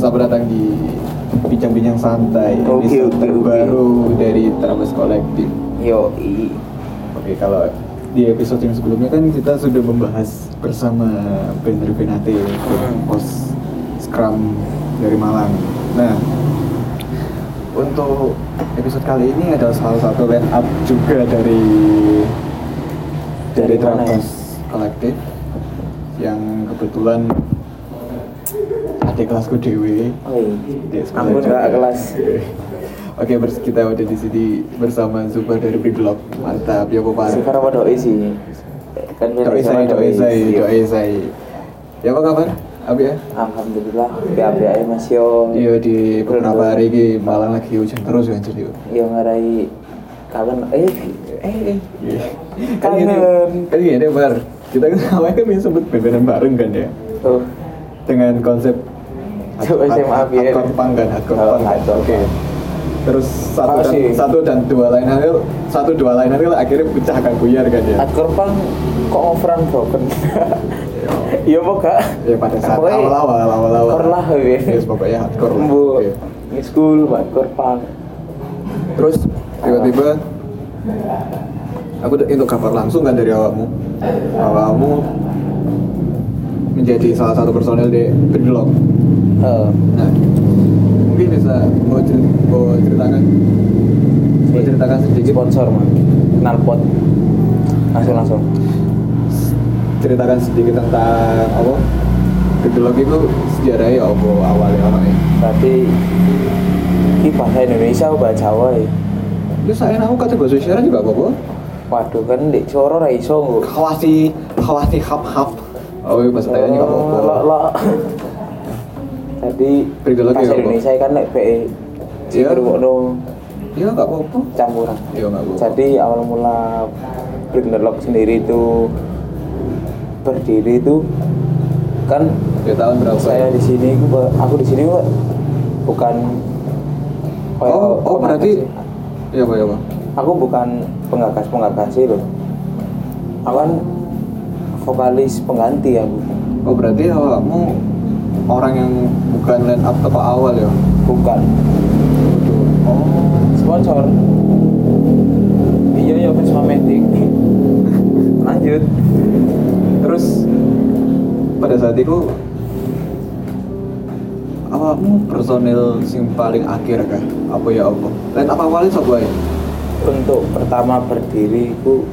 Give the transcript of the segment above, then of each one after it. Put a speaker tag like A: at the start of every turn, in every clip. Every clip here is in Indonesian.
A: selamat datang di bincang-bincang santai
B: Oke,
A: episode
B: oke, oke.
A: terbaru dari Travis Collective.
B: Yo,
A: Oke, kalau di episode yang sebelumnya kan kita sudah membahas bersama Bender Benate,
B: Hmm.
A: pos Scrum dari Malang. Nah, untuk episode kali ini ada salah satu line up juga dari dari
B: Dari mana ya?
A: Travis Collective yang kebetulan adik kelasku Dewi di sekolah
B: Ampun,
A: juga.
B: Kak, kelas.
A: Iya, Oke, bers kita udah di sini bersama Zubar dari Biblog. Mantap, ya Bapak.
B: Sekarang apa doi sih? Kan biar
A: Doi
B: sama Iya.
A: saya, doi saya,
B: sih.
A: doi saya. Ya apa kabar? Abi ya?
B: Alhamdulillah, BAB ae ya, Mas yo.
A: Iya di beberapa hari ini malah lagi hujan terus ya jadi.
B: Yo ngarai kangen eh eh eh.
A: Kan gini,
B: Kangen.
A: kan gini bar. Kita kan awalnya kan bisa sebut bebenan bareng kan ya.
B: Tuh.
A: Dengan konsep
B: Coba saya maaf ya.
A: Hardcore punk kan, hardcore
B: Oh,
A: punk kan.
B: hardcore
A: Oke.
B: punk.
A: Terus satu dan,
B: Makasih.
A: satu dan dua lainnya satu dua lainnya akhirnya pecah kan buyar kan ya.
B: Hardcore punk kok overan broken. Iya apa kak?
A: Ya pada saat
B: Pokoknya
A: awal-awal Iya. awal-awal.
B: hardcore lah ya.
A: Yes, pokoknya hardcore lah.
B: Bu,
A: Oke.
B: ini school hardcore punk.
A: Terus tiba-tiba aku d- itu kabar langsung kan dari awakmu. Awakmu menjadi salah satu personel di Brilog.
B: Eh,
A: Nah, mungkin bisa mau, cerit- mau ceritakan mau ceritakan sedikit
B: sponsor man. Nalpot. Langsung langsung.
A: ceritakan sedikit tentang apa Brilog itu sejarahnya ya apa awalnya awalnya.
B: Berarti ini bahasa Indonesia apa bahasa Jawa ya?
A: Terus saya aku kata bahasa Indonesia juga apa-apa.
B: Waduh kan di Soro ra iso nggo.
A: khawasi khawasi hap hap oh iya bahasa Thailandnya nggak apa-apa
B: Lo lo. Jadi
A: Beri dulu lagi
B: bahasa
A: nggak apa?
B: Indonesia kan nek PE sing
A: Iya.
B: ngrungokno
A: iya nggak apa-apa
B: campuran.
A: iya nggak apa-apa
B: Jadi awal mula Brindelok sendiri itu berdiri itu kan
A: ya tahun berapa
B: saya di sini aku, aku di sini Pak. bukan kayak
A: oh oh
B: pengangkat
A: berarti
B: sih.
A: iya pak iya pak
B: aku bukan penggagas penggagas sih loh aku kan vokalis pengganti aku
A: oh berarti kamu orang yang bukan line up tepat awal ya
B: bukan
A: oh
B: sponsor iya iya Vespa Matic lanjut
A: terus pada saat itu awakmu personil sing paling akhir kah apa ya apa line up awalnya siapa ya
B: untuk pertama berdiri ku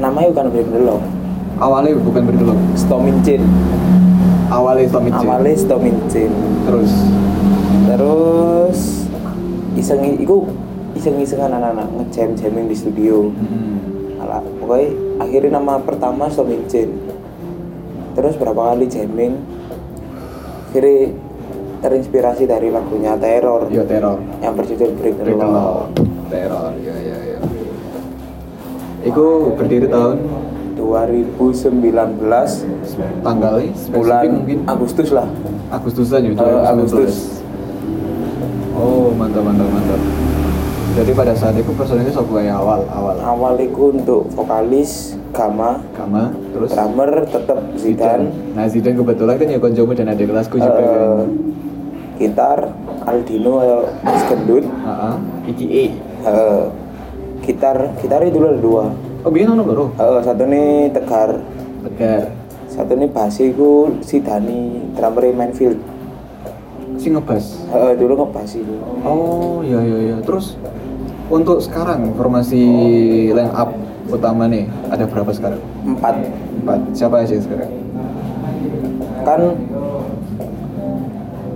B: namanya bukan Brim Delok
A: awalnya bukan berdulu
B: Stomincin
A: awalnya Tommy C.
B: awalnya Stomincin
A: terus
B: terus iseng iku iseng-isengan anak-anak ngejam-jamin di studio
A: hmm.
B: Alah, pokoknya akhirnya nama pertama Storm Engine terus berapa kali jamming akhirnya terinspirasi dari lagunya Teror
A: ya teror
B: yang berjudul Break the Law
A: Teror. Teror, ya ya ya. Iku berdiri tahun
B: 2019
A: tanggalnya
B: bulan
A: spesifik mungkin
B: Agustus lah
A: Agustusan ya,
B: Eh,
A: 2019.
B: Agustus.
A: Oh, mantap mantap mantap. Jadi pada saat itu personilnya sopo yang awal awal.
B: awal itu untuk vokalis Gama
A: Kama, terus
B: drummer tetap Zidan
A: Nah, Zidane kebetulan kan ya konjomu dan adik kelasku juga kan.
B: eh, gitar Aldino eh, Mas Gendut
A: Heeh. Iki E.
B: eh, gitar gitar itu ada dua
A: Oh, biyen ono loro.
B: Eh, satu nih Tegar,
A: Tegar.
B: satu nih Basi ku si Dani drummer Manfield.
A: Sing ngebas.
B: Eh, dulu ngebasi itu.
A: Oh, iya iya iya. Terus untuk sekarang formasi
B: Oh.
A: line up utama nih ada berapa sekarang?
B: Empat.
A: Empat. Siapa aja sekarang?
B: Kan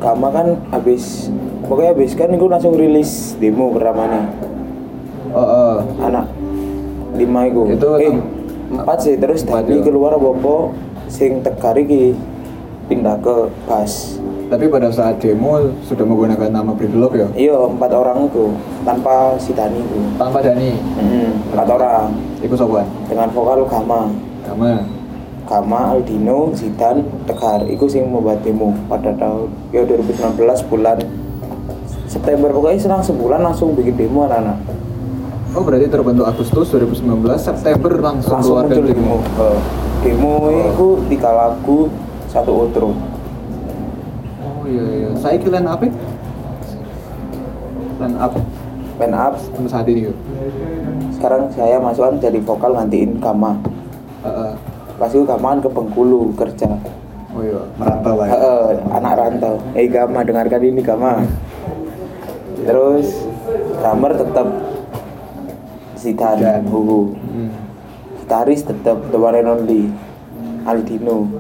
B: Gama kan habis pokoknya habis kan gue langsung rilis demo pertama nih.
A: Oh, oh.
B: Anak lima itu.
A: Itu
B: eh,
A: enam-
B: empat sih terus
A: empat,
B: Dani
A: ya.
B: keluar bobo sing Tegar iki pindah ke Bas.
A: Tapi pada saat demo sudah menggunakan nama Bridlog ya?
B: Iya empat orang itu tanpa si Dani itu.
A: Tanpa Dani, Hmm.
B: Mm-mm, empat orang
A: ikut sopan.
B: dengan vokal Gama.
A: Sama.
B: Kama, Aldino, Zidan, Tegar Iku sing membuat demo pada tahun ya 2019 bulan September pokoknya selang sebulan langsung bikin demo anak-anak
A: Oh berarti terbentuk Agustus 2019, September langsung,
B: langsung
A: keluarkan
B: muncul demo Eh, demo itu tiga lagu satu outro
A: iya iya. Saya kalian apa? Line up
B: line up
A: sama saat ini. yuk.
B: sekarang saya masukan jadi vokal gantiin Kama
A: Heeh.
B: pas itu Kama kan ke Bengkulu kerja
A: Oh iya, merantau lah. ya.
B: Heeh, anak rantau eh Kama dengarkan ini Kama terus drummer tetap Zidan
A: Dan.
B: Huhu
A: Hmm.
B: gitaris tetap The One and Only Aldino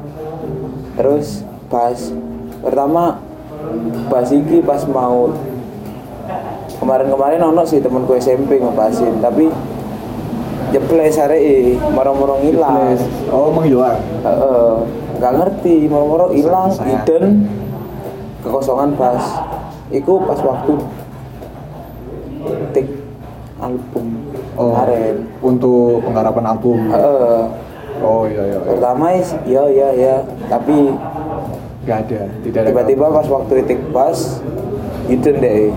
B: terus pas pertama pas iki pas mau kemarin-kemarin ono sih temenku SMP ngebasin tapi jeples hari moro-moro ngilang
A: Place. Oh, menghilang.
B: Heeh, nggak ngerti moro-moro hilang
A: Sayang.
B: hidden kekosongan pas iku pas waktu tik album
A: Oh,
B: kemarin
A: untuk penggarapan album.
B: Heeh.
A: Oh iya iya. iya.
B: pertama is ya ya ya tapi
A: Gak ada, tidak ada.
B: tiba-tiba pas waktu itik pas hidden deh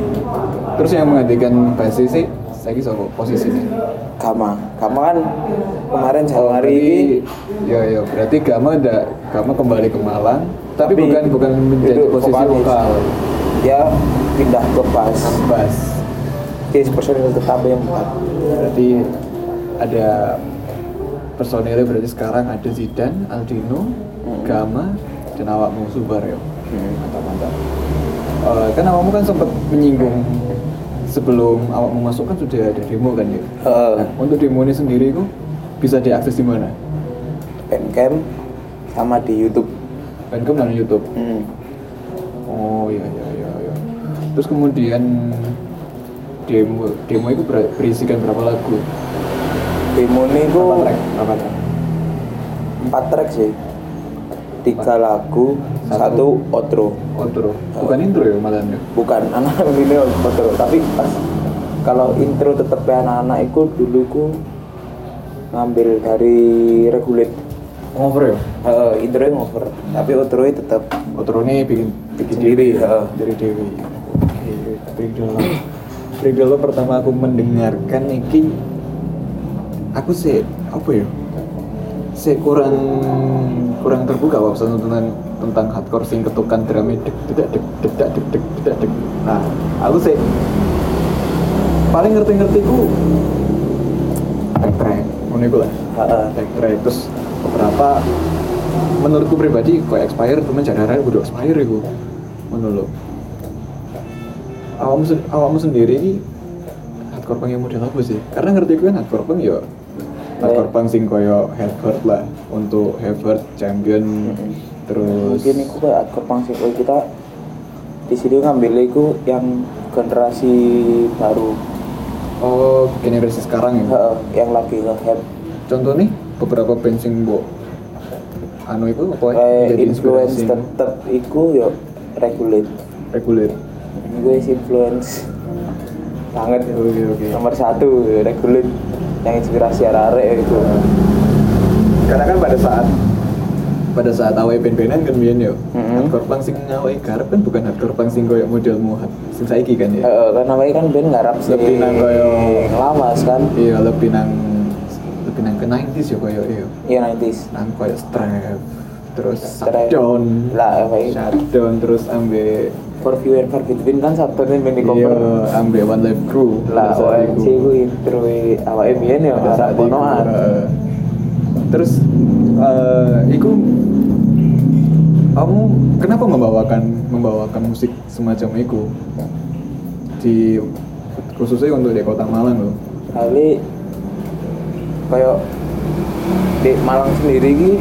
A: Terus yang menggantikan basis sih, saya kira posisinya.
B: Kama Kama kan kemarin
A: Oh,
B: Januari ini
A: berarti- Iya iya, berarti Gama ada Gama kembali ke Malang, tapi,
B: Tapi
A: bukan bukan menjadi
B: itu
A: posisi
B: vokalis.
A: vokal.
B: ya pindah ke pas
A: Bass.
B: jadi personil tetap yang empat
A: Berarti ada personilnya berarti sekarang ada Zidan, Aldino, Gama, dan awakmu Subar ya. Mantap mantap. Eh, kan awakmu kan sempat menyinggung sebelum awakmu masuk kan sudah ada demo kan ya.
B: Heeh.
A: Nah, untuk demo ini sendiri itu bisa diakses di mana?
B: Bandcamp sama di YouTube
A: Bandcamp dan YouTube.
B: hmm.
A: Oh iya iya iya. iya. Terus kemudian demo demo itu ber- berisikan berapa lagu?
B: demo ini ku
A: Berapa track? Berapa track?
B: empat track sih tiga lagu
A: Satu.
B: satu outro
A: Outro. Bukan intro ya malahan ya.
B: bukan anak ini outro tapi pas kalau intro tetap anak-anak itu dulu ku ngambil dari regulate
A: Over ya.
B: Heeh, intro ngover tapi outro e tetap
A: Outro ini Oh, bikin bikin
B: Sendiri,
A: diri
B: heeh.
A: dari Dewi. Oke, break dulu. Break dulu pertama aku mendengarkan iki aku sih apa ya? Saya kurang kurang terbuka wawasan tentang tentang hardcore sing ketukan drumnya dek dedak dek dedak dek dek dedak dek. Nah, aku sih paling ngerti-ngerti ku track ngono iku lah.
B: Heeh.
A: Track track terus beberapa menurutku pribadi kok expire temen jarang udah expire iku. Ngono lho. Awakmu sen- awakmu sendiri ini hardcore punk yang model apa sih? Karena ngerti gue kan hardcore punk ya hardcore punk sing koyo Herbert lah untuk Herbert Champion
B: Mm-mm.
A: terus
B: mungkin itu kayak kepang sih kalau kita di sini ngambil itu yang generasi baru
A: oh generasi sekarang ya
B: Heeh, yang lagi nge
A: contoh nih beberapa band sing mbok anu itu apa ya?
B: kayak influence
A: inspirasi.
B: tetep iku yo regulate
A: regulate
B: gue is influence banget
A: Oke, oke.
B: nomor satu regulate yang inspirasi arek itu
A: karena kan pada saat pada saat awal band-bandan kan biyen yo
B: Mm-mm.
A: hardcore punk sing awal garap kan bukan hardcore punk sing koyo modelmu hard- sing saiki kan ya
B: Eh, kan namanya kan band ngarap sih
A: Lebih nang koyo-
B: lawas kan
A: iya lebih nang lebih nang ke 90s ya koyo iya
B: iya nanti
A: nang koyo strap terus
B: Strap.
A: shutdown
B: Iya, lah kayak
A: shutdown terus ambil
B: for view and for between kan sabtu nih band di
A: Iya.
B: cover
A: ambil one life crew Pada
B: lah
A: saat
B: OMC
A: itu.
B: gue intro awalnya bian ya
A: Pada saat
B: arah
A: itu,
B: konoan
A: eh, terus eh iku kamu kenapa membawakan membawakan musik semacam itu di khususnya untuk di kota Malang loh
B: kali kayak di Malang sendiri ki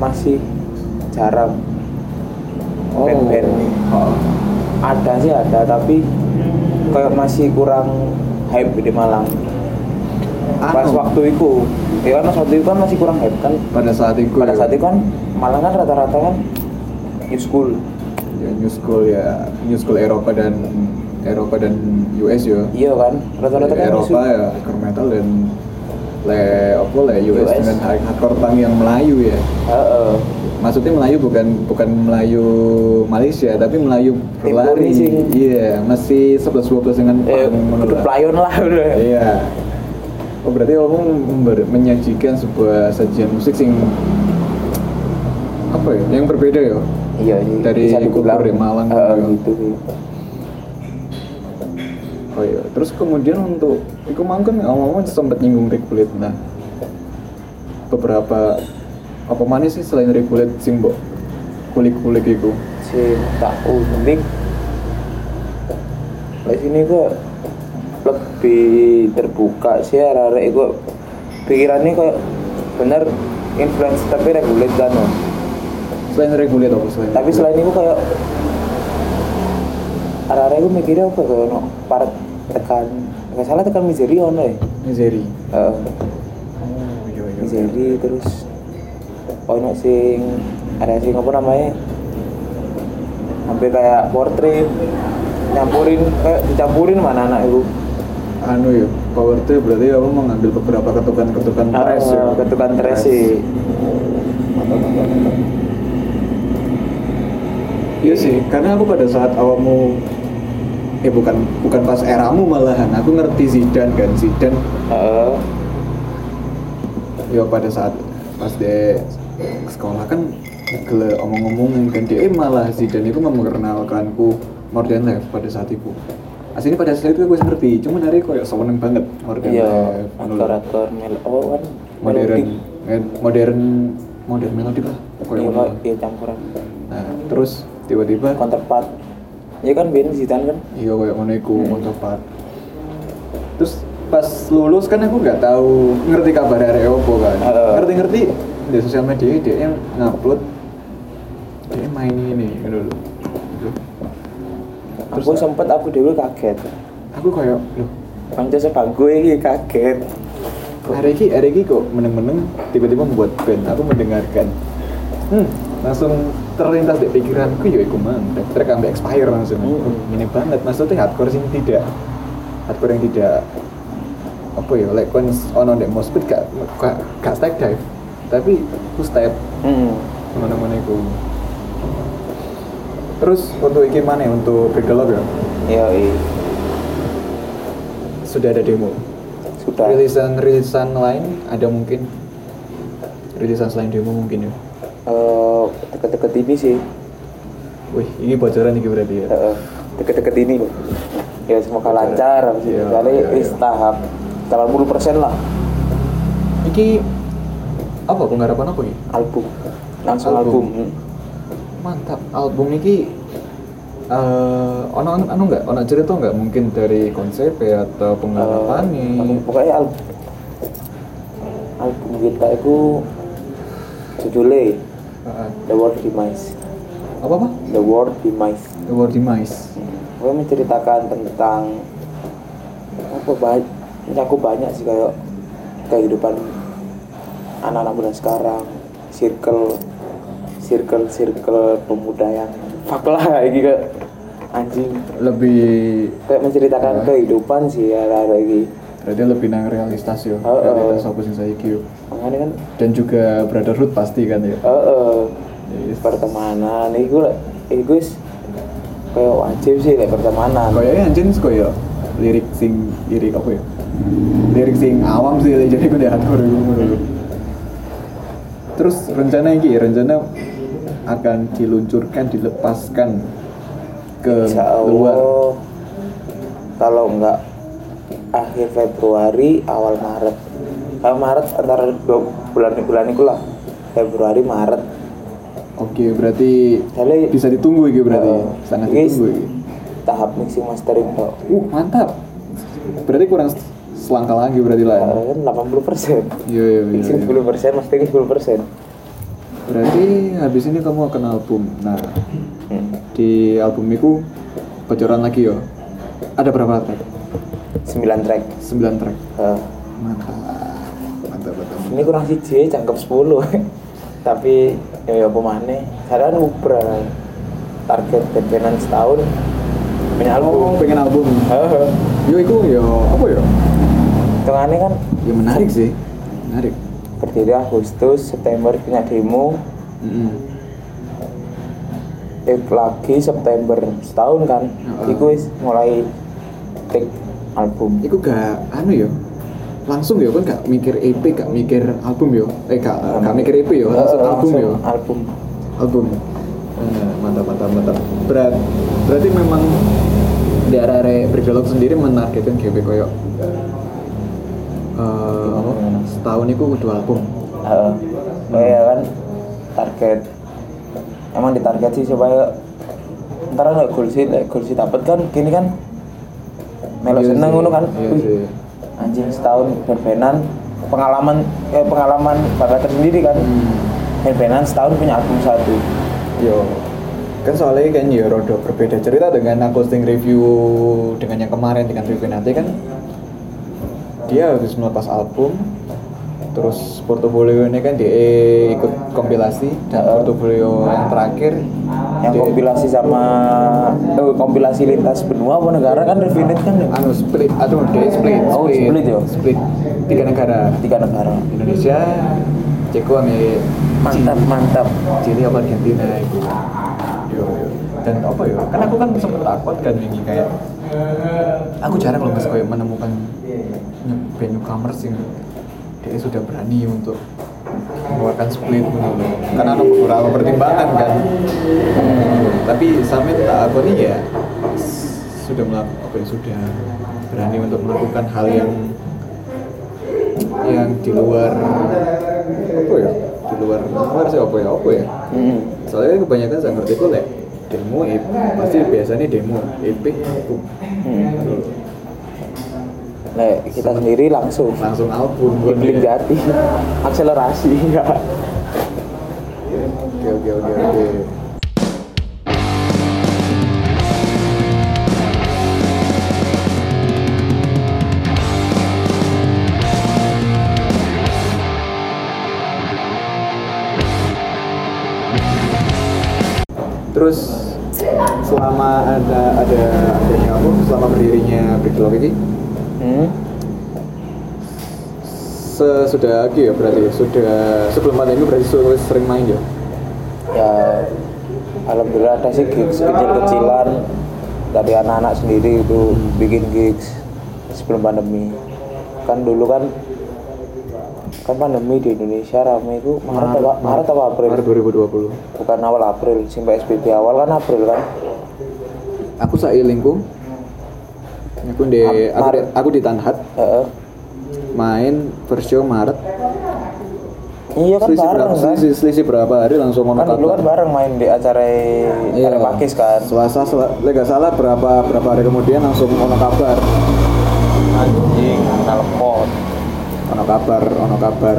B: masih jarang band-band
A: Oh.
B: ada sih ada tapi kayak masih kurang hype di Malang pas
A: Anu,
B: waktu itu ya kan pas waktu itu kan masih kurang hype kan
A: pada saat itu
B: pada
A: ya.
B: saat itu kan Malang kan rata-rata kan new school
A: ya new school ya new school Eropa dan Eropa dan US ya
B: iya kan rata-rata kan new
A: Eropa
B: school
A: ya hardcore metal dan le apa le US,
B: US.
A: dengan hardcore punk yang Melayu ya
B: Heeh.
A: maksudnya Melayu bukan bukan Melayu Malaysia tapi Melayu
B: Timur
A: berlari
B: nih sih.
A: iya masih 11 12 dengan
B: eh
A: punk menurut
B: udah
A: aku.
B: pelayon lah udah
A: iya oh berarti kamu member- menyajikan sebuah sajian musik sing apa ya yang berbeda ya
B: iya sih
A: Dari
B: bisa dibilang.
A: Kubur ya, Malang.
B: Eh, gitu sih
A: oh iya terus kemudian untuk iku mang kan awal-awal sempat nyinggung Rikulit nah beberapa apa mana sih selain Rikulit sing mbok kulik-kulik iku
B: si tahu penting di sini kok lebih terbuka sih arek kok pikirannya kok bener influence tapi regulate kan no.
A: selain Rikulit apa selain
B: tapi
A: Rikulit?
B: selain itu kayak arek itu mikirnya apa kayak no part tekan nggak salah tekan misery ono ya
A: Mizeri
B: Eh,
A: oh iya iya
B: misery terus ono sing ada sing apa namanya hampir kayak portrait nyampurin kayak dicampurin mana anak itu
A: anu ya power itu berarti kamu mengambil beberapa ketukan-ketukan
B: Ah,
A: tres ya
B: ketukan tres sih
A: Iya sih, karena aku pada saat awalmu eh bukan bukan pas eramu malahan, aku ngerti Zidane kan Zidane
B: Heeh.
A: ya pada saat pas de sekolah kan gele omong-omong kan dia eh, malah Zidane itu memperkenalkanku more than life pada saat itu aslinya pada saat itu gue ngerti, cuman hari kayak seweneng banget more than
B: iya
A: life anu lho.
B: aktor-aktor mel oh kan
A: modern
B: melodik.
A: eh, modern modern melodi lah pokoknya
B: iya
A: ngono.
B: Pak, iya campuran
A: nah terus tiba-tiba
B: counterpart iya kan Ben Zidan kan
A: Iya kayak ngono iku untuk part. Terus pas lulus kan aku nggak tahu ngerti kabar arek opo kan.
B: Heeh.
A: Ngerti-ngerti di sosial media dia yang ngupload dia main ini gitu loh. Loh, Terus
B: aku sempet aku dewe kaget
A: Aku kayak loh
B: Bang Jose Bang gue ini kaget
A: hari ini hari ini eh, kok meneng-meneng tiba-tiba membuat band aku mendengarkan hmm langsung terlintas di pikiranku ya iku mang track track sampai expire langsung Hmm,
B: Mm-mm.
A: ini banget maksudnya hardcore sing tidak hardcore yang tidak apa ya like kon ono dek mospit gak gak gak step dive tapi aku step
B: hmm.
A: teman-teman iku terus untuk iki mana untuk Breaker ya
B: iya iya
A: sudah ada demo
B: sudah
A: rilisan rilisan lain ada mungkin rilisan selain demo mungkin ya
B: Eh, deket-deket ini sih
A: wih ini bocoran ini berarti ya
B: Heeh, deket-deket ini loh ya semoga lancar habis itu
A: Iya,
B: kali
A: iya,
B: is
A: iya.
B: tahap 80% lah
A: ini apa pengharapan apa ini
B: album langsung
A: Album.
B: album,
A: mantap album ini eh ono anu nggak ono cerita nggak mungkin dari konsep ya atau pengharapan
B: Eh, pokoknya al- album kita itu judulnya The World Demise
A: Eh, apa apa
B: The World Demise
A: the word demise
B: gue menceritakan tentang apa banyak mencakup banyak sih kayak kehidupan anak-anak muda sekarang circle circle circle pemuda yang fuck lah ini kayak anjing
A: lebih
B: kayak menceritakan kehidupan sih ya ada lagi
A: berarti lebih nang realitas ya
B: Oh, oh.
A: realitas apa sih saya kyu
B: makanya kan
A: dan juga brotherhood pasti kan ya
B: eh eh,
A: Yes.
B: pertemanan ini gue ini gue kayak wajib sih kayak pertemanan
A: Kayaknya anjing kaya lirik sing lirik apa ya? Lirik sing awam sih jadi aku diatur gitu menurut. Terus rencana iki rencana akan diluncurkan dilepaskan ke
B: Insya
A: luar
B: Allah kalau nggak akhir Februari awal Maret kalau Maret antara dua bulan-bulan itu lah Februari Maret
A: oke berarti
B: Jadi-
A: bisa ditunggu iki berarti ya?
B: Eh,
A: sangat
B: ini
A: ditunggu iki
B: tahap mixing mastering kok
A: uh mantap berarti kurang selangkah lagi berarti lah ya.
B: kan 80 persen
A: iya iya iya,
B: mixing
A: iya
B: 10 persen mastering 10 persen
A: berarti habis ini kamu akan album nah di album itu bocoran lagi yo ada berapa track
B: 9 track
A: 9 track
B: Eh,
A: mantap mantap mantap
B: ini kurang siji cangkep 10 tapi ya ya pemane karena uber target deadline setahun
A: oh,
B: punya album
A: pengen album
B: Heeh.
A: yo itu yo apa yo
B: hitungannya kan
A: ya menarik sih menarik
B: berdiri Agustus, September punya demo,
A: Mm-mm.
B: take lagi September setahun kan,
A: Heeh.
B: iku wis mulai take album.
A: Iku gak anu yo langsung yo kan gak mikir EP gak mikir album yo eh gak, gak mikir EP yo langsung
B: Heeh,
A: album yo
B: album.
A: album Eh, mantap mantap mantap Berat, berarti memang di area-area berdialog sendiri menargetkan GP koyo eh, apa
B: Iya.
A: setahun itu dua album
B: Heeh. Kayak kan target emang ditarget sih supaya ntar ada kursi kursi dapat kan gini kan melo
A: Iya
B: seneng
A: sih,
B: ngono kan
A: iya
B: Wih,
A: sih.
B: anjing setahun berbenan pengalaman eh, pengalaman bakal tersendiri kan berbenan setahun punya album satu
A: Yo, kan soalnya kan ya rada berbeda cerita dengan acoustic review dengan yang kemarin dengan review nanti kan dia habis melepas album terus portofolio ini kan dia ikut kompilasi dan portofolio yang terakhir
B: yang
A: dia-
B: kompilasi sama eh, kompilasi lintas benua apa negara kan revinet kan
A: anu split aduh dia split
B: Oh, split ya?
A: split tiga negara
B: tiga negara
A: Indonesia Ceko ame
B: mantap mantap
A: Chili apa Argentina itu yo, yo. dan apa ya kan aku kan sempat takut kan ini kayak aku jarang loh mas kayak menemukan nye- band newcomers yang dia sudah berani untuk mengeluarkan split gitu loh karena ada beberapa pertimbangan kan tapi sampai tak aku nih ya s- sudah melakukan apa ya, sudah berani untuk melakukan hal yang yang di luar apa ya di luar luar sih apa ya apa ya
B: Mm.
A: soalnya kebanyakan saya ngerti kok lek demo EP pasti biasanya demo EP album.
B: Mm. Lek, kita sendiri langsung
A: langsung album
B: Dibeli
A: Iya.
B: jati akselerasi enggak
A: oke oke oke oke Terus selama ada ada adanya kamu selama berdirinya Bricklock ini
B: hmm?
A: sesudah lagi ya berarti sudah sebelum pandemi berarti sudah sering main ya
B: ya alhamdulillah ada sih gigs kecil-kecilan dari anak-anak sendiri itu bikin gigs sebelum pandemi kan dulu kan kan pandemi di Indonesia rame itu Maret apa Maret apa April
A: Maret 2020
B: bukan awal April sing PSBB awal kan April kan
A: aku sailingku aku di
B: Ap-
A: aku, di,
B: Maret.
A: aku di Tanhat
B: Heeh.
A: main first show Maret
B: iya kan
A: selisih
B: bareng
A: berapa,
B: kan
A: selisih, selisih berapa hari langsung
B: kan
A: ngono
B: dulu kan bareng main di acara acara pakis kan
A: Selasa, sel- lek gak salah berapa berapa hari kemudian langsung ono kabar,
B: anjing telepon
A: ono kabar, ono kabar.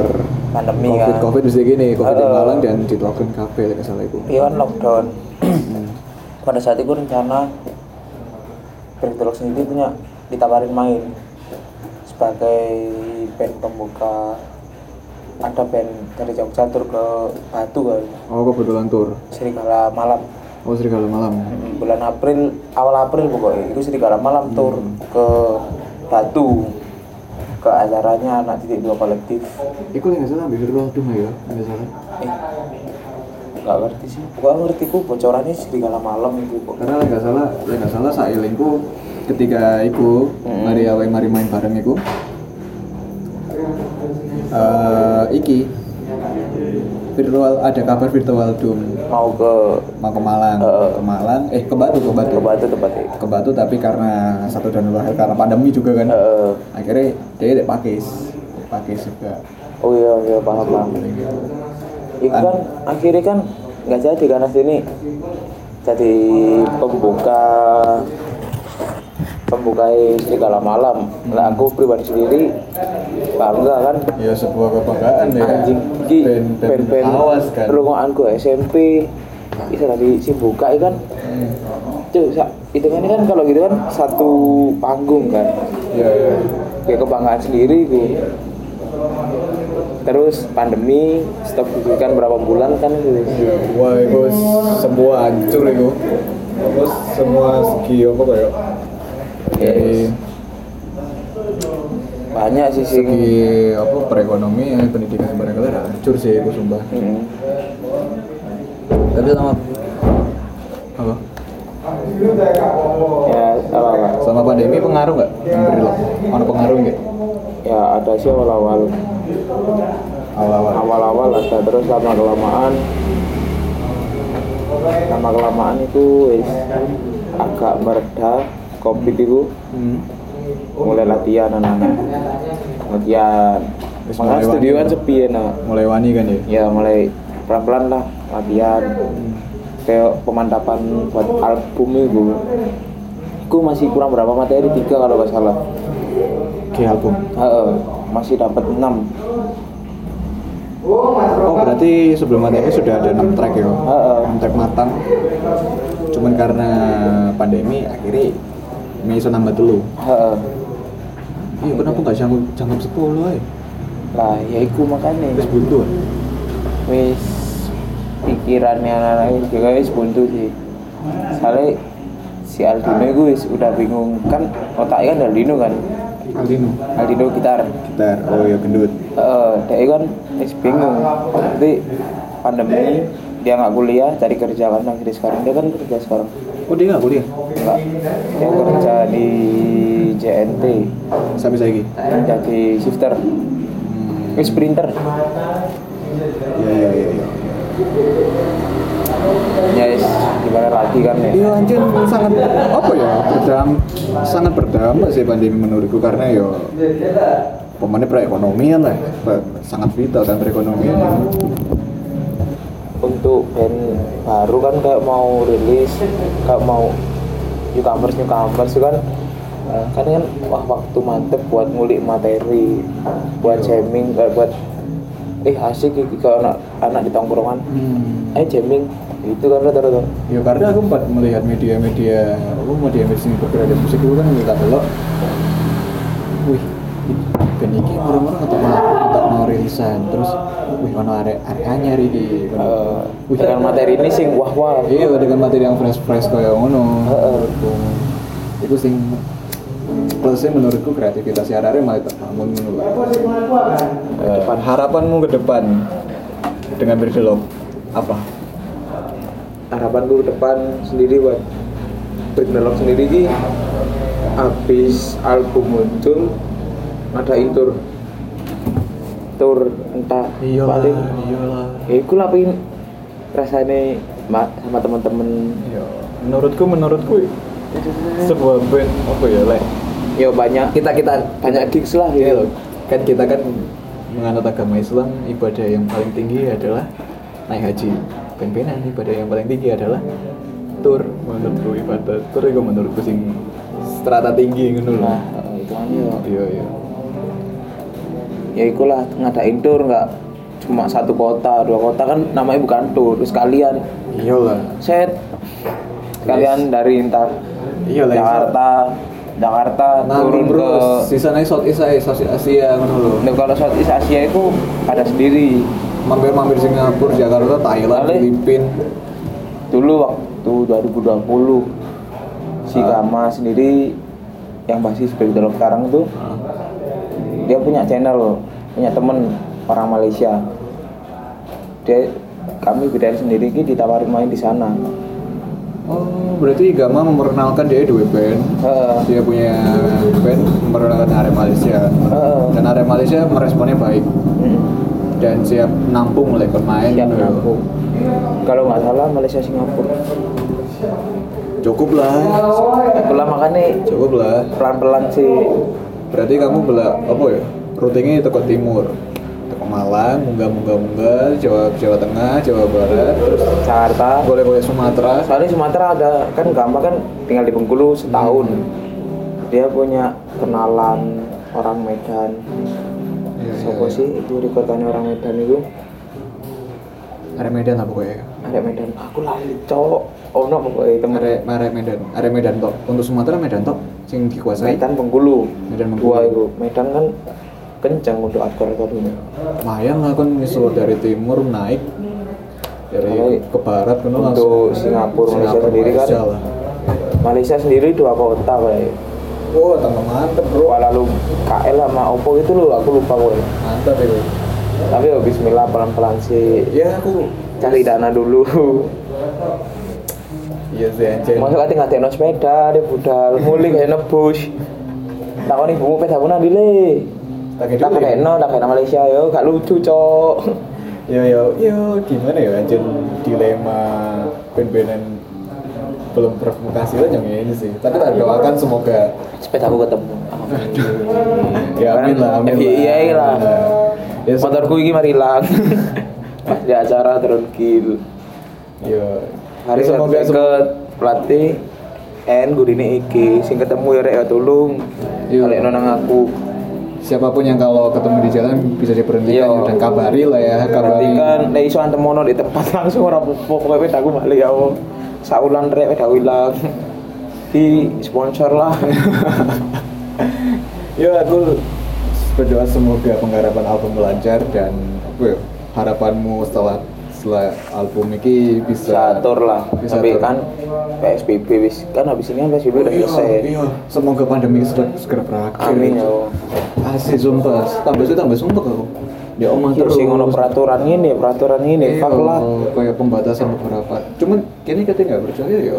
B: pandemi
A: Covid
B: kan
A: Covid bisa gini, Covid di
B: Heeh.
A: Malang dan di Tuakan Kafe, lek gak salah itu.
B: Iya kan lockdown. Pada saat itu rencana Beritelok sendiri punya ditawarin main sebagai band pembuka ada band dari Jogja tur ke Batu kan
A: Oh kebetulan tur,
B: Serigala Malam
A: oh serigala malam.
B: Mm, bulan April awal April pokoknya itu Serigala Malam tur ke Batu ke acaranya anak titik dua kolektif
A: Iku lek gak salah ambil virtual tuh ya, nggak salah.
B: eh nggak ngerti sih gua ngerti ku bocorannya Serigala Malam itu kok
A: Karena lek gak salah, lek gak salah sailingku ketika iku
B: Mm-mm.
A: mari awe mari main bareng iku. Eh iki virtual ada kabar virtual doom
B: mau ke
A: mau ke Malang,
B: Heeh.
A: ke Malang, eh ke Batu, ke Batu,
B: ke batu tempatnya
A: ke Batu tapi karena satu dan dua hal karena pandemi juga kan,
B: Heeh.
A: akhirnya dia dek pakis, pakis juga.
B: oh iya iya paham paham itu kan akhirnya kan nggak jadi karena sini jadi pembuka pembuka segala malam nah aku pribadi sendiri bangga kan
A: Ya sebuah kebanggaan ya.
B: anjing iki
A: band-band
B: band-band
A: awas kan.
B: rungokanku SMP bisa tadi si buka ya kan
A: Hmm.
B: Cuk, sa- itu kan kan kalau gitu kan satu panggung kan
A: Ya, ya.
B: ya kebanggaan sendiri itu terus pandemi stop dudukan berapa bulan kan itu
A: Wah, itu semua hancur itu. Itu semua segi apa kayak dari
B: banyak sih sing
A: segi apa perekonomian, pendidikan sembarang kalian hancur sih itu sumpah.
B: Mm.
A: Tapi sama apa?
B: ya apa, apa
A: Sama pandemi pengaruh nggak? Berlaku. Ada pengaruh nggak?
B: ya ada sih awal awal
A: Awal-awal.
B: awal awal ada terus lama kelamaan lama kelamaan itu wis agak mereda covid itu
A: Hmm.
B: mulai latihan anak-anak latihan
A: Wis
B: malah
A: mulai
B: studio
A: wani.
B: kan sepi ya nak
A: Mulai wani kan ya?
B: ya mulai pelan-pelan lah latihan kayak pemantapan buat album itu itu masih kurang berapa materi tiga kalau nggak salah
A: Oke album.
B: Heeh, masih dapat enam
A: Oh berarti sebelum pandemi sudah ada 6 track ya?
B: Heeh.
A: 6 track matang. Cuman karena pandemi akhirnya ini bisa nambah dulu.
B: Heeh.
A: Iya kenapa nggak jangkep jangkep 10 aja?
B: lah ya iku
A: Terus
B: makanya
A: eh. buntu. ya?
B: wis pikirannya anak-anak ini juga wis buntu sih soalnya si Aldino itu wis udah bingung kan otaknya kan Aldino kan
A: Aldino.
B: Aldino gitar
A: Gitar. Oh ya gendut.
B: Eh, dia kan wis bingung. Tapi pandemi dia nggak kuliah, cari kerja kan akhirnya sekarang dia kan kerja sekarang.
A: Oh dia nggak kuliah?
B: Enggak. Dia kerja di JNT
A: Sampai saya lagi.
B: jadi shifter.
A: Hmm.
B: Wis sprinter.
A: Ya ya ya. ya.
B: Ya wis gimana lagi kan ya.
A: Iya anjir sangat apa ya berdam sangat berdampak sih pandemi menurutku karena ya pemainnya perekonomian lah Ba- sangat vital kan perekonomian
B: Untuk band baru kan kayak mau rilis, kayak mau newcomers newcomers kan kan kan wah waktu mantep buat ngulik materi, buat jamming, kayak buat eh asik iki kalau anak anak di tongkrongan
A: Hmm.
B: eh jamming itu kan rata-rata
A: Ya karena aku sempat melihat media-media, aku media-media sini bergerak di musik itu kan kita belok. Wih, band ini orang-orang atau mau atau mau rilisan, terus wih ono arek arek anyar iki.
B: Eh,
A: Wih,
B: dengan materi ini sing wah wah
A: Iya dengan materi yang fresh-fresh kayak ngono.
B: Heeh.
A: Menurutku. Itu sing plusnya menurutku kreativitas si arek malah terbangun ngono lho. Ke depan harapanmu ke depan dengan berdialog apa?
B: harapanku ke depan sendiri buat Britnelong sendiri ki habis album muncul ngadain tour tour entah paling
A: iyalah.
B: ya iku lah pengen rasanya ma- sama teman-teman
A: Ya, menurutku menurutku sebuah band apa ya like
B: ya banyak kita kita banyak gigs lah
A: iya
B: ya
A: loh, kan kita kan menganut agama Islam ibadah yang paling tinggi adalah naik haji ben-benan ibadah yang paling tinggi adalah tur menurutku ibadah tur itu menurutku sing strata tinggi ngono loh
B: nah eh, itu kan ya
A: iya iya
B: ya ikulah ngadain tour nggak cuma satu kota dua kota kan namanya bukan tour terus kalian
A: iyalah
B: set kalian dari entar
A: Iya Nah, lah,
B: Jakarta Jakarta turun
A: turun
B: ke
A: bro sisanya South East Asia South Asia ngono loh
B: Nah, kalau Southeast Asia itu ada sendiri
A: mampir-mampir Singapura Jakarta Thailand
B: Balik.
A: Filipina
B: dulu waktu 2020 si Kama sendiri yang masih sebagai dalam sekarang tuh
A: Ah.
B: dia punya channel punya temen orang Malaysia dia kami bidain sendiri ini ditawarin main di sana
A: oh berarti Gama memperkenalkan dia dua band
B: Heeh.
A: dia punya band memperkenalkan area Malaysia
B: Heeh.
A: dan area Malaysia meresponnya baik
B: Mm.
A: dan siap nampung oleh pemain
B: siap nampung. kalau nggak salah Malaysia Singapura
A: cukup lah
B: itulah makanya
A: cukup lah
B: pelan-pelan sih
A: berarti kamu bela apa ya routingnya itu ke timur ke Malang munggah munggah munggah Jawa Jawa Tengah Jawa Barat terus
B: Jakarta
A: boleh boleh Sumatera
B: soalnya Sumatera ada kan Gama kan tinggal di Bengkulu setahun dia punya kenalan orang Medan
A: Iya, iya,
B: siapa
A: iya.
B: sih itu di kotanya orang Medan itu
A: area Medan lah pokoknya
B: ada Medan aku lali Oh, cowok ono pokoknya eh, temen
A: area area Medan area Medan tok untuk Sumatera Medan tok sing dikuasai
B: Medan Bengkulu
A: Medan Bengkulu.
B: dua itu Medan kan kencang untuk aktor aktor ini
A: lumayan lah kan misal dari timur naik
B: Kalau
A: dari ke barat kan
B: untuk Singapura, Malaysia sendiri kan. Malaysia sendiri dua kota kayak
A: oh tambah mantep bro
B: Kuala Lumpur KL sama Oppo itu loh aku lupa pokoknya
A: mantep ya bro.
B: tapi ya Bismillah pelan-pelan sih
A: ya aku
B: cari dana dulu
A: iya sih anjir
B: masuk ati nggak ada kan sepeda ada budal mulai gak nebus takon ibumu peda aku nanti le
A: Tak
B: tak
A: kira
B: kena tak kena Malaysia yo gak lucu cok
A: yo yo yo gimana ya anjir dilema ben-benan belum berkomunikasi lah yang ini sih tapi tak doakan semoga
B: sepeda aku ketemu
A: ya amin lah amin lah
B: FYI Iya, lah.
A: Amin lah. ya se-
B: motorku ini mari hilang pas di acara turun kill
A: yo
B: hari
A: Ya,
B: semoga
A: semoga
B: ke pelatih en gurine iki sing ketemu ya rek ya tolong
A: Yo.
B: kalian nonang aku
A: siapapun yang kalau ketemu di jalan bisa diperhentikan
B: Yo.
A: dan kabari lah ya
B: berarti
A: kabari
B: kan nek iso antemono di tempat langsung ora popo kowe aku balik ya Allah saulan rek weda hilang di sponsor lah
A: ya aku berdoa semoga penggarapan album lancar dan apa ya, harapanmu setelah setelah album ini bisa
B: bisa tur lah
A: bisa
B: tapi
A: tur.
B: kan PSBB wis kan habis ini kan PSBB udah
A: Iya,
B: selesai
A: iya. Semoga pandemi segera, segera berakhir.
B: amin ya Allah
A: Asli sumpah, tambah sih tambah sumpah aku. Ya omah
B: Terus
A: terus.
B: sing ono Iya peraturan ini, peraturan ini,
A: Iya,
B: fuck lah.
A: Kayak pembatasan beberapa. Cuman kini katanya nggak percaya ya.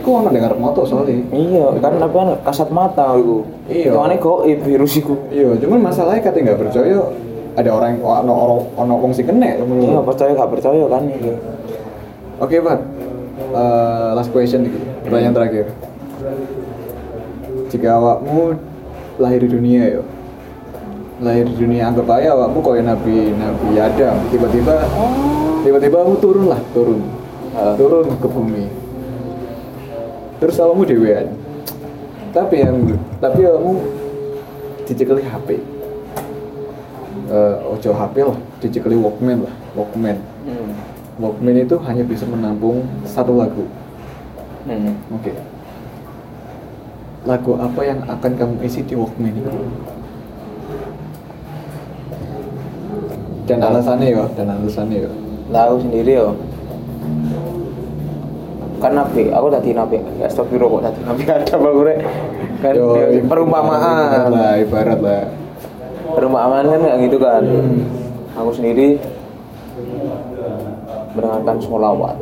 A: Iku ono dengar moto soalnya.
B: Iya, kan apa kan kasat mata iku.
A: Iya.
B: Hitungannya goib eh, virus iku.
A: Iya, cuman masalahnya katanya nggak percaya ada orang ono orang ono wong sing kena.
B: Iya,
A: menurut.
B: percaya gak percaya kan ini.
A: Oke, Pak. Eh, last question nih, pertanyaan terakhir. Jika awakmu lahir di dunia ya, lahir di dunia anggap aja awakmu kayak Nabi Nabi Adam, tiba-tiba tiba-tiba kamu turun lah, turun, Eh,
B: Ah.
A: turun ke bumi. Terus awakmu dewean. Tapi yang tapi awakmu dicekeli HP. Eh, ojo HP lah, dicekeli Walkman lah, Walkman.
B: Hmm.
A: Walkman itu hanya bisa menampung satu lagu.
B: Hmm.
A: Oke. Lagu apa yang akan kamu isi di Walkman itu? Dan alasannya ya, dan alasannya ya.
B: Lah aku sendiri yo. Kan nabi, aku tadi nabi, ya stop kok tadi nabi ada apa gue kan
A: Yo,
B: ya,
A: ibarat-
B: perumpamaan,
A: Ibarat lah, ibarat lah.
B: perumpamaan kan kayak gitu kan.
A: Hmm.
B: Aku sendiri mendengarkan sholawat.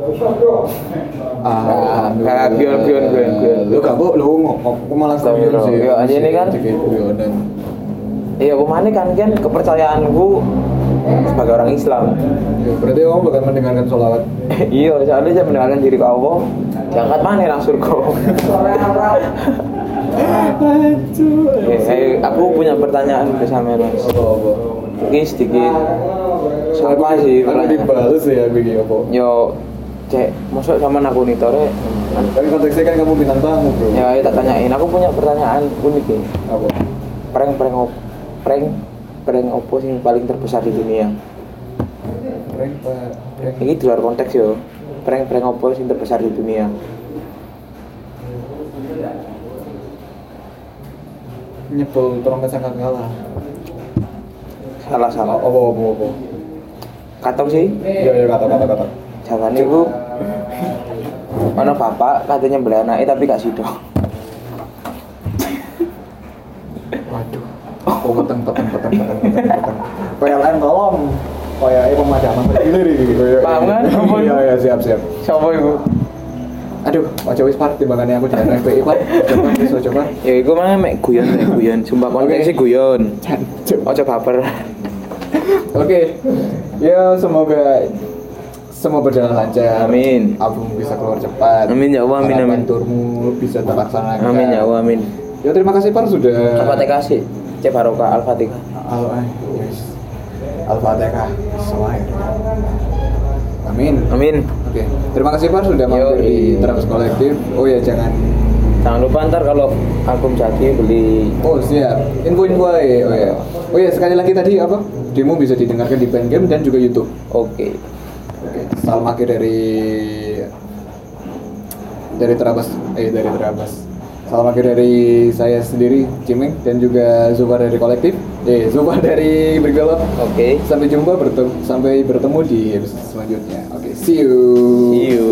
A: Ah,
B: Kayak Bion, Bion, Bion, Bion.
A: Lu gak kok, lu ngomong, aku malah guyon
B: Astagfirullah.
A: sih.
B: Yo, aja ini kan.
A: Jadi guyonan.
B: Iya, kemana kan kan kepercayaanku sebagai orang Islam.
A: Ya, berarti kamu bakal mendengarkan sholawat.
B: iya soalnya saya mendengarkan diri Allah diangkat mana nang surga Eh, Oke, ayo, Eh, aku punya pertanyaan ke sampean mas
A: Apa, apa?
B: mungkin sedikit apa sih
A: Aku
B: pertanyaan
A: dibales ya, begini apa?
B: yo cek masuk sama aku nih tore
A: Tapi konteksnya kan kamu bintang tamu bro.
B: ya ayo tak tanyain aku punya pertanyaan unik ini
A: Apa?
B: prank prank op prank prank opo sing paling terbesar di dunia
A: Prank pak. Prank.
B: ini di luar konteks yo prank prank opo sing terbesar di dunia
A: Nyebel trompet sangka kalah.
B: salah salah
A: Nah, Apa apa apa.
B: katong sih
A: Ya ya kata kata kata.
B: jangan ibu ono bapak katanya beli anaknya tapi gak sido
A: Waduh. Oh peteng peteng peteng peteng peteng peteng. PLN tolong. Kayak pemadaman bergilir ini. kayak-
B: Paham kan?
A: Iya iya siap siap.
B: siapa ibu
A: Aduh, ojo wis par timbangannya aku jangan FPI par. Coba wis ojo par.
B: ya iku mana mek guyon mek guyon sumpah konteksnya guyon
A: Jancuk.
B: ojo baper
A: Oke, ya semoga semua berjalan lancar.
B: Amin.
A: Album bisa keluar cepat.
B: Amin ya Allah, amin,
A: Harapan
B: amin.
A: Turmu bisa terlaksanakan.
B: amin ya Allah amin
A: Ya terima kasih Par sudah.
B: al-fatihah sih cek barokah al-fatihah
A: Al eh, yes. Al-Fatihah. Selain. Amin.
B: amin
A: Oke, terima kasih Par sudah mampir
B: Yoi.
A: di Terapis Kolektif. Oh ya jangan.
B: jangan lupa ntar kalau album jadi beli
A: Oh siap. Info-info aja. Oh ya. Oh ya sekali lagi tadi apa? Demo bisa didengarkan di Bandcamp dan juga YouTube.
B: oke
A: Oke, salam akhir dari dari Terabas eh dari Terabas. Salam akhir dari saya sendiri, Cimeng dan juga Zubar dari kolektif. Eh, Zubar dari Bergelot.
B: oke
A: Sampai jumpa bertemu sampai bertemu di episode selanjutnya. Oke, see you.
B: see you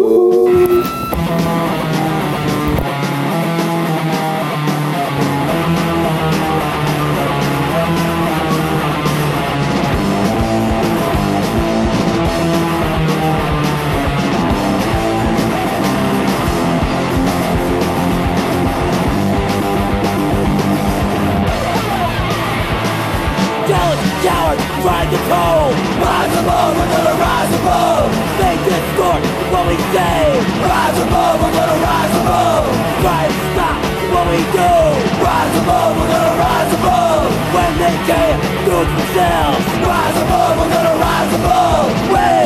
C: Jealous, coward, trying to control Possible day Rise above, we're gonna rise above Right, stop what we do Rise above, we're gonna rise above When they can't do it themselves Rise above, we're gonna rise above When